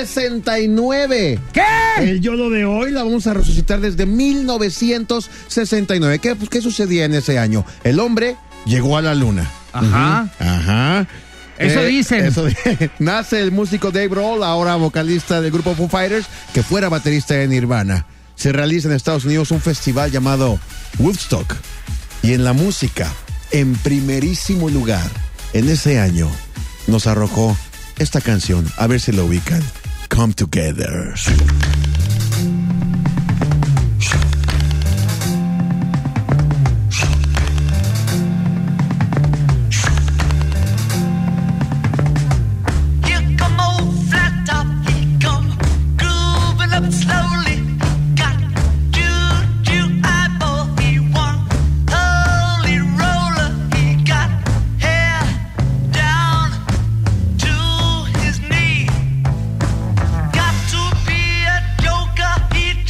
Speaker 6: 1969.
Speaker 4: ¿Qué?
Speaker 6: El YOLO de hoy la vamos a resucitar desde 1969. ¿Qué, pues, ¿qué sucedía en ese año? El hombre llegó a la luna.
Speaker 4: Ajá.
Speaker 6: Ajá.
Speaker 4: Eso dicen.
Speaker 6: Eh, eso di- [laughs] Nace el músico Dave Grohl, ahora vocalista del grupo Foo Fighters, que fuera baterista en Nirvana. Se realiza en Estados Unidos un festival llamado Woodstock. Y en la música, en primerísimo lugar, en ese año, nos arrojó esta canción. A ver si lo ubican. Come Together.
Speaker 7: Here come old flat top, he come grooving up slowly. Got juju eyeball, he one holy roller. He got hair down to his knee. Got to be a oh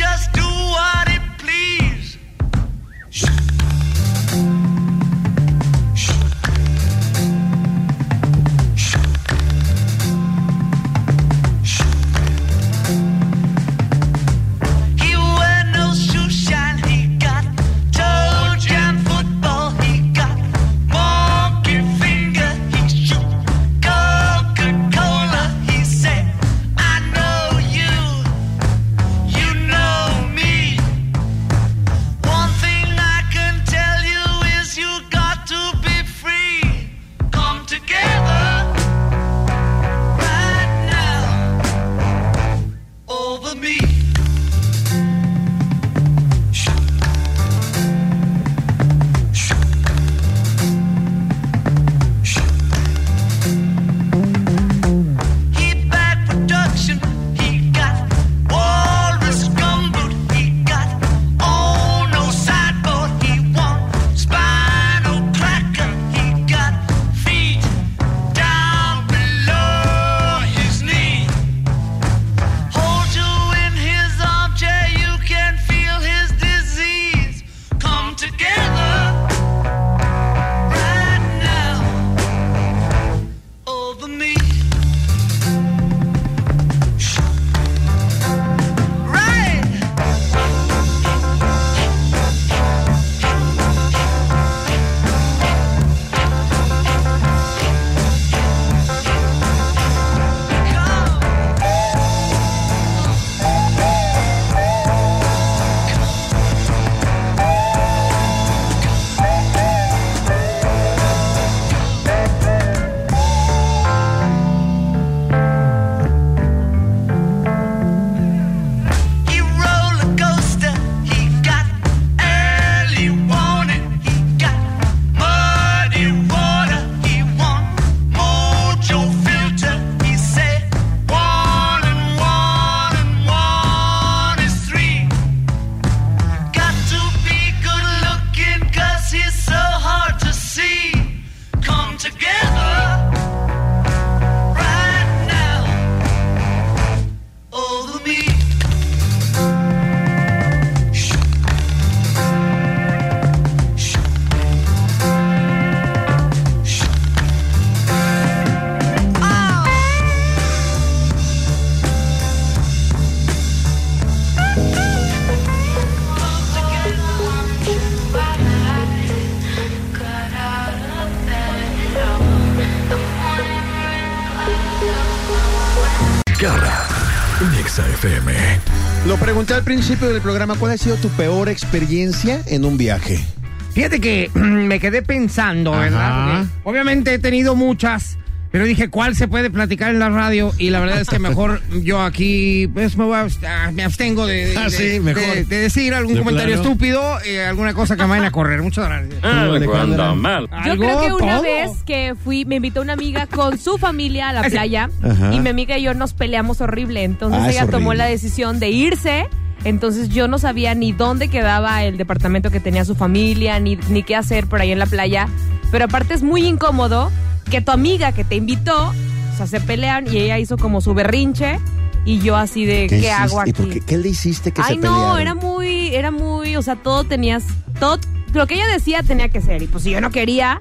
Speaker 6: pregunté al principio del programa cuál ha sido tu peor experiencia en un viaje.
Speaker 4: Fíjate que [clears throat] me quedé pensando, ¿verdad?
Speaker 6: Ajá.
Speaker 4: Porque Obviamente he tenido muchas, pero dije, ¿cuál se puede platicar en la radio? Y la verdad es que mejor
Speaker 6: [laughs]
Speaker 4: yo aquí, pues me, voy a abst- ah, me abstengo de, de-
Speaker 6: Ah, sí,
Speaker 4: de-
Speaker 6: mejor.
Speaker 4: de- de decir algún
Speaker 6: De
Speaker 4: comentario
Speaker 6: plano.
Speaker 4: estúpido, eh, alguna cosa que me vayan a correr. Muchas gracias.
Speaker 6: Alejandra.
Speaker 8: mal.
Speaker 5: Ah, Yo creo que
Speaker 4: Algo,
Speaker 5: una
Speaker 4: todo.
Speaker 5: vez que fui, me invitó una amiga con su
Speaker 4: [laughs]
Speaker 5: familia a la playa
Speaker 6: Ajá.
Speaker 5: y mi amiga y yo nos peleamos horrible. Entonces
Speaker 6: Ah, es
Speaker 5: ella tomó
Speaker 6: horrible.
Speaker 5: la decisión de irse. Entonces yo no sabía ni dónde quedaba el departamento que tenía su familia, ni, ni qué hacer por ahí en la playa. Pero aparte es muy incómodo que tu amiga que te invitó, o sea, se pelean y ella hizo como su berrinche y yo así de, ¿qué,
Speaker 6: hiciste?
Speaker 5: hago aquí?
Speaker 6: ¿Y por qué, qué le hiciste que
Speaker 5: Ay,
Speaker 6: se
Speaker 5: no,
Speaker 6: pelearon?
Speaker 5: era muy, era muy, o sea, todo tenías, todo, lo que ella decía tenía que ser. Y pues si yo no quería,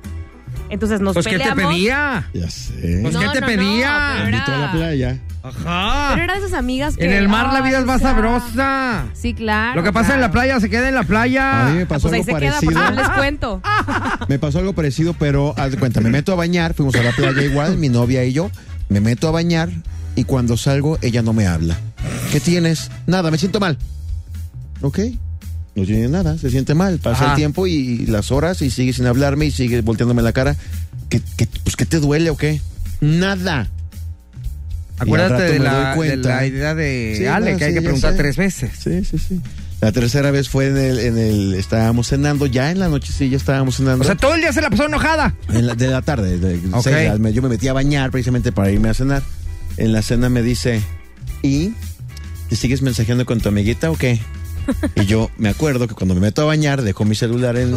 Speaker 5: entonces nos
Speaker 4: Pues, ¿qué te
Speaker 5: peleamos.
Speaker 4: pedía?
Speaker 6: Ya
Speaker 4: Pues,
Speaker 6: sé.
Speaker 4: ¿qué te pedía?
Speaker 5: pero
Speaker 6: Me invitó a
Speaker 5: era-
Speaker 6: la playa.
Speaker 5: pero
Speaker 4: Ajá.
Speaker 5: era de esas amigas que...
Speaker 4: En el mar la
Speaker 5: ay,
Speaker 4: vida es más
Speaker 5: o sea,
Speaker 4: sabrosa.
Speaker 5: Sí, claro.
Speaker 4: Lo que pasa en la
Speaker 5: claro.
Speaker 4: playa se queda en la playa.
Speaker 6: A mí me
Speaker 5: Ah,
Speaker 6: pasó
Speaker 5: pues ahí
Speaker 6: algo
Speaker 5: se
Speaker 6: parecido.
Speaker 5: queda, porque no les
Speaker 6: [laughs]
Speaker 5: cuento.
Speaker 6: Me pasó algo parecido, pero haz de cuenta, me meto a bañar, fuimos a la playa igual, mi novia y yo, me meto a bañar y cuando salgo ella no me habla. ¿Qué tienes? Nada, me siento mal. Ok, no tiene nada, se siente mal. Pasa
Speaker 4: Ajá.
Speaker 6: el tiempo y, y las horas y sigue sin hablarme y sigue volteándome la cara. ¿Qué, qué- pues, ¿qué te duele o qué? Nada.
Speaker 4: Acuérdate
Speaker 6: Y al rato
Speaker 4: de
Speaker 6: me
Speaker 4: la,
Speaker 6: doy cuenta.
Speaker 4: de la idea de
Speaker 6: Sí,
Speaker 4: Ale,
Speaker 6: no,
Speaker 4: que hay
Speaker 6: sí,
Speaker 4: que
Speaker 6: ya
Speaker 4: preguntar
Speaker 6: sé.
Speaker 4: tres veces.
Speaker 6: Sí, sí, sí. La tercera vez fue en el, en el- estábamos cenando, ya en la noche sí, ya estábamos cenando.
Speaker 4: O sea, todo el día se la pasó enojada.
Speaker 6: En la- de la tarde, de- de
Speaker 4: Ok.
Speaker 6: seis, me- yo me metí a bañar precisamente para irme a cenar. En la cena me dice, ¿y te sigues mensajeando con tu amiguita o qué? Y yo me acuerdo que cuando me meto a bañar dejo mi celular en...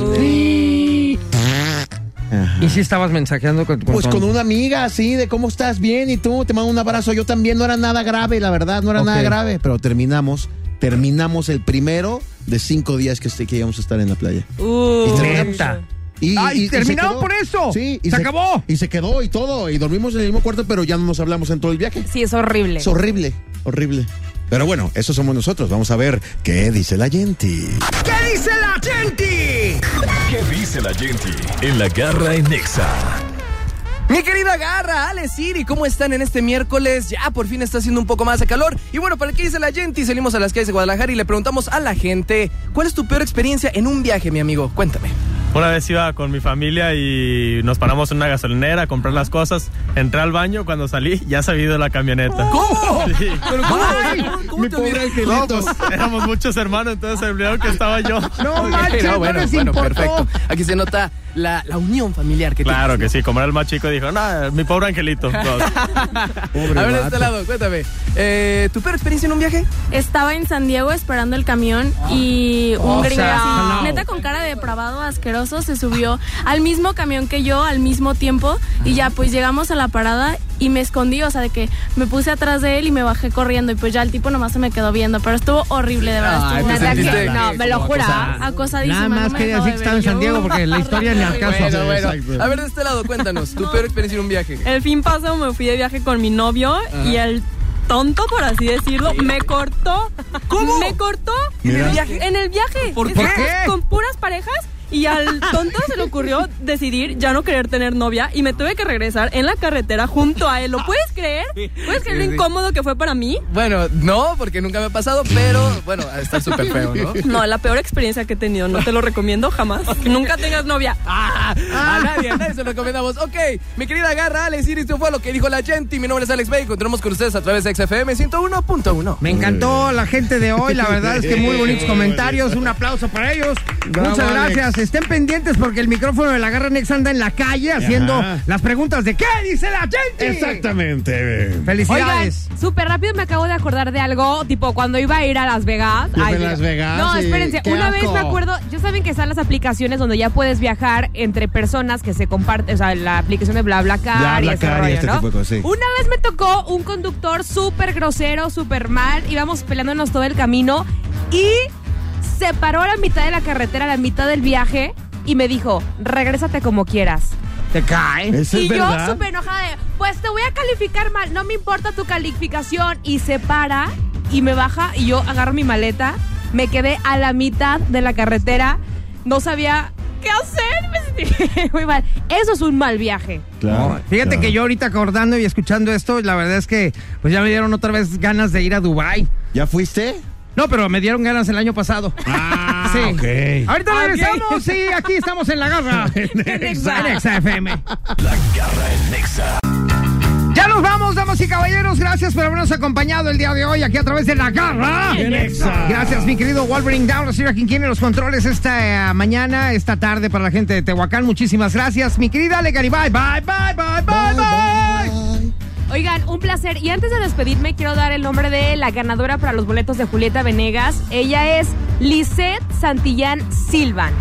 Speaker 6: Ajá.
Speaker 4: Y si estabas mensajeando con tu
Speaker 6: Pues con
Speaker 4: tu-
Speaker 6: una amiga, así, de cómo estás, bien, y tú, te mando un abrazo. Yo también, no era nada grave, la verdad, no era nada
Speaker 4: Ok.
Speaker 6: grave. Pero terminamos, terminamos el primero de cinco días que, este, que íbamos a estar en la playa.
Speaker 5: Uh,
Speaker 4: Neta.
Speaker 6: Y,
Speaker 4: Ah, y
Speaker 6: se
Speaker 4: terminaron
Speaker 6: quedó.
Speaker 4: por eso.
Speaker 6: Sí, y
Speaker 4: Se acabó.
Speaker 6: Y se quedó y todo. Y dormimos en el mismo cuarto, pero ya no nos hablamos en todo el viaje.
Speaker 5: Sí, es horrible.
Speaker 6: Es horrible, horrible. Pero bueno, eso somos nosotros. Vamos a ver qué dice la gente.
Speaker 4: ¿Qué dice la gente?
Speaker 1: ¿Qué dice la gente en la garra en Nexa?
Speaker 9: Mi querida Garra, Ale, Siri, ¿cómo están en este miércoles? Ya por fin está haciendo un poco más de calor. Y bueno, para el que dice la gente, salimos a las calles de Guadalajara y le preguntamos a la gente, ¿cuál es tu peor experiencia en un viaje, mi amigo? [laughs] Cuéntame.
Speaker 10: Una vez iba con mi familia y nos paramos en una gasolinera a comprar las cosas. Entré al baño, cuando salí ya se había ido la camioneta.
Speaker 9: ¿Cómo?
Speaker 10: Sí.
Speaker 9: ¿Pero cómo, cómo te olvidas?
Speaker 10: No, pues, éramos muchos hermanos, entonces se olvidaron que estaba yo.
Speaker 4: No
Speaker 9: Ok,
Speaker 4: manches, no,
Speaker 9: bueno,
Speaker 4: les
Speaker 9: bueno,
Speaker 4: importó.
Speaker 9: perfecto. Aquí se nota la, la unión familiar que
Speaker 10: Claro que
Speaker 9: tienes.
Speaker 10: sí, como era el más chico, dijo, no, mi pobre angelito. No.
Speaker 9: A ver, de este lado, cuéntame. Eh, ¿Tu peor experiencia en un viaje? Ah.
Speaker 11: Estaba en San Diego esperando el camión y un
Speaker 4: O
Speaker 11: gringo
Speaker 4: sea,
Speaker 11: así,
Speaker 4: no.
Speaker 11: neta con cara de depravado, asqueroso, se subió al mismo camión que yo al mismo tiempo y
Speaker 9: Ah.
Speaker 11: ya pues llegamos a la parada y me escondí, o sea, de que me puse atrás de él y me bajé corriendo y pues ya el tipo nomás se me quedó viendo, pero estuvo horrible, de verdad.
Speaker 9: Ay,
Speaker 11: estuvo
Speaker 9: te
Speaker 5: Neta
Speaker 9: sentiste
Speaker 5: que- no, me lo
Speaker 9: como
Speaker 5: jura.
Speaker 11: acosadísima.
Speaker 4: Nada
Speaker 11: no
Speaker 4: más
Speaker 11: me
Speaker 4: quería
Speaker 11: dejó
Speaker 4: decir
Speaker 11: de
Speaker 4: que
Speaker 11: ver,
Speaker 4: estaba en
Speaker 11: yo-
Speaker 4: San Diego porque la historia ni alcanza.
Speaker 9: Bueno, bueno.
Speaker 6: exacto.
Speaker 9: A ver, de este lado, cuéntanos,
Speaker 11: [laughs]
Speaker 9: ¿tu peor experiencia en un viaje?
Speaker 11: El fin pasado me fui de viaje con mi novio y el tonto, por así decirlo, me cortó.
Speaker 9: ¿Cómo?
Speaker 11: Me cortó.
Speaker 9: ¿En el viaje?
Speaker 11: En el viaje.
Speaker 9: ¿Por
Speaker 11: Estábamos
Speaker 4: qué?
Speaker 11: Con puras parejas. Y
Speaker 9: [laughs]
Speaker 11: al tonto se le ocurrió decidir ya no querer tener novia y me tuve que regresar en la carretera junto a él.
Speaker 9: [laughs]
Speaker 11: ¿Lo puedes creer? ¿Puedes creer
Speaker 9: Sí, sí.
Speaker 11: lo incómodo que fue para mí?
Speaker 9: Bueno, no, porque nunca me ha pasado, pero bueno, ha de estar súper feo, ¿no?
Speaker 11: No, la peor experiencia que he tenido. No te lo recomiendo jamás. Nunca tengas novia.
Speaker 9: Ah, a nadie, a nadie se lo recomendamos. Ok, mi querida Garra, Alex Iris, esto fue lo que dijo la gente. Mi nombre es Alex Bay y encontramos con ustedes a través de XFM 101.1.
Speaker 4: Me encantó la gente de hoy, la verdad es que muy bonitos comentarios, un aplauso para ellos.
Speaker 6: Bravo,
Speaker 4: Muchas
Speaker 6: Alex.
Speaker 4: gracias. Estén pendientes porque el micrófono de la Garra Nex anda en la calle haciendo
Speaker 6: Ajá.
Speaker 4: las preguntas de ¿qué dice la gente?
Speaker 6: Exactamente.
Speaker 5: Oigan,
Speaker 4: Felicidades.
Speaker 5: súper rápido me acabo de acordar de algo, tipo cuando iba a ir a Las Vegas.
Speaker 6: Yo fui a
Speaker 5: digo-
Speaker 6: Las Vegas
Speaker 5: No,
Speaker 6: y
Speaker 5: espérense,
Speaker 6: qué
Speaker 5: una vez
Speaker 6: asco.
Speaker 5: me acuerdo, ya saben que están las aplicaciones donde ya puedes viajar entre personas que se comparten, o sea, la aplicación de BlaBlaCar y ese
Speaker 6: BlaBlaCar y
Speaker 5: rollo,
Speaker 6: este
Speaker 5: ¿no?
Speaker 6: tipo de cosas, sí.
Speaker 5: Una vez me tocó un conductor súper grosero, súper mal, íbamos peleándonos todo el camino y se paró a la mitad de la carretera, a la mitad del viaje y me dijo, regrésate como quieras
Speaker 4: Te cae.
Speaker 6: Eso
Speaker 5: y
Speaker 6: es verdad.
Speaker 5: yo súper enojada de, pues te voy a calificar mal, no me importa tu calificación. Y se para y me baja y yo agarro mi maleta, me quedé a la mitad de la carretera, no sabía qué hacer, me sentí [laughs] muy mal. Eso es un mal viaje.
Speaker 6: Claro,
Speaker 4: Fíjate
Speaker 6: claro.
Speaker 4: que yo ahorita acordando y escuchando esto, la verdad es que pues ya me dieron otra vez ganas de ir a Dubai.
Speaker 6: ¿Ya fuiste?
Speaker 4: No, pero me dieron ganas el año pasado. Ah, sí.
Speaker 6: ok.
Speaker 4: Ahorita
Speaker 12: Ok.
Speaker 4: regresamos y aquí estamos en la garra. en Exa. En Exa FM. Ya nos vamos, damas y caballeros. Gracias por habernos acompañado el día de hoy aquí a través de la garra.
Speaker 12: En Exa.
Speaker 4: Gracias, mi querido Wolverine Down, la señora quien tiene los controles esta eh, mañana, esta tarde para la gente de Tehuacán. Muchísimas gracias, mi querida Ale Garibay. Bye, bye, bye, bye, bye.
Speaker 5: Oigan, un placer. Y antes de despedirme, quiero dar el nombre de la ganadora para los boletos de Julieta Venegas. Ella es Lisette Santillán
Speaker 6: [laughs]
Speaker 5: Silvan.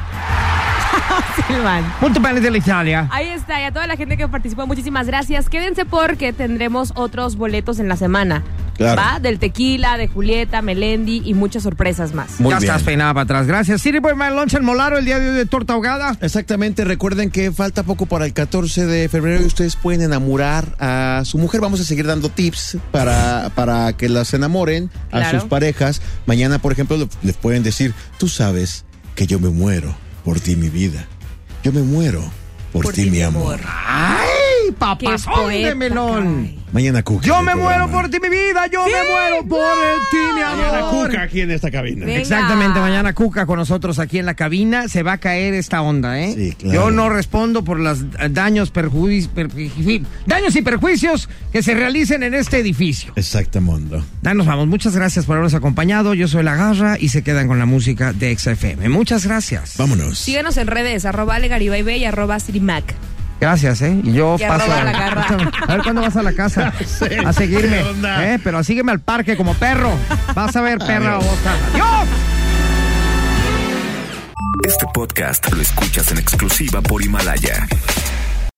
Speaker 5: Silvan.
Speaker 4: Punto pane de la Italia.
Speaker 5: Ahí está, y a toda la gente que participó, muchísimas gracias. Quédense porque tendremos otros boletos en la semana.
Speaker 4: Claro.
Speaker 5: ¿Va? Del tequila, de Julieta, Melendi y muchas sorpresas más.
Speaker 4: ya estás peinada para atrás. Gracias. Siri pues, por My Lunch en Molaro el día de hoy de torta ahogada.
Speaker 6: Exactamente, recuerden que falta poco para el 14 de febrero y ustedes pueden enamorar a su mujer. Vamos a seguir dando tips para, para que las enamoren a
Speaker 13: Claro.
Speaker 6: sus parejas. Mañana, por ejemplo, le- les pueden decir, tú sabes que yo me muero por ti, mi vida. Yo me muero por, ti, mi amor.
Speaker 4: ¡Ay, papazón de
Speaker 6: poeta,
Speaker 4: melón!
Speaker 6: Mañana, Cuca.
Speaker 4: Yo me muero por ti, mi vida. Yo me muero por ti, mi
Speaker 6: Mañana,
Speaker 4: amor.
Speaker 6: Cuca, aquí en esta cabina.
Speaker 4: Exactamente, mañana Cuca con nosotros aquí en la cabina. Se va a caer esta onda, ¿eh?
Speaker 6: claro.
Speaker 4: Yo no respondo por los daños, perjuiz- perjuici- daños y perjuicios que se realicen en este edificio.
Speaker 6: Exactamundo.
Speaker 4: Ya nos vamos. Muchas gracias por habernos acompañado. Yo soy La Garra y se quedan con la música de XFM. Muchas gracias.
Speaker 6: Vámonos.
Speaker 5: Síganos en redes, arroba Alegaribaybe y arroba Sirimac.
Speaker 4: Gracias, ¿eh? Y yo
Speaker 5: Y
Speaker 4: paso.
Speaker 5: arroba
Speaker 4: a-
Speaker 5: la garra.
Speaker 4: [laughs] A ver cuándo vas a
Speaker 12: [laughs]
Speaker 4: la casa a seguirme.
Speaker 12: ¿Qué onda?
Speaker 4: ¿eh? Pero sígueme al parque como perro. Vas a ver, perra.
Speaker 1: Adiós.
Speaker 4: boca.
Speaker 1: Este podcast lo escuchas en exclusiva por Himalaya.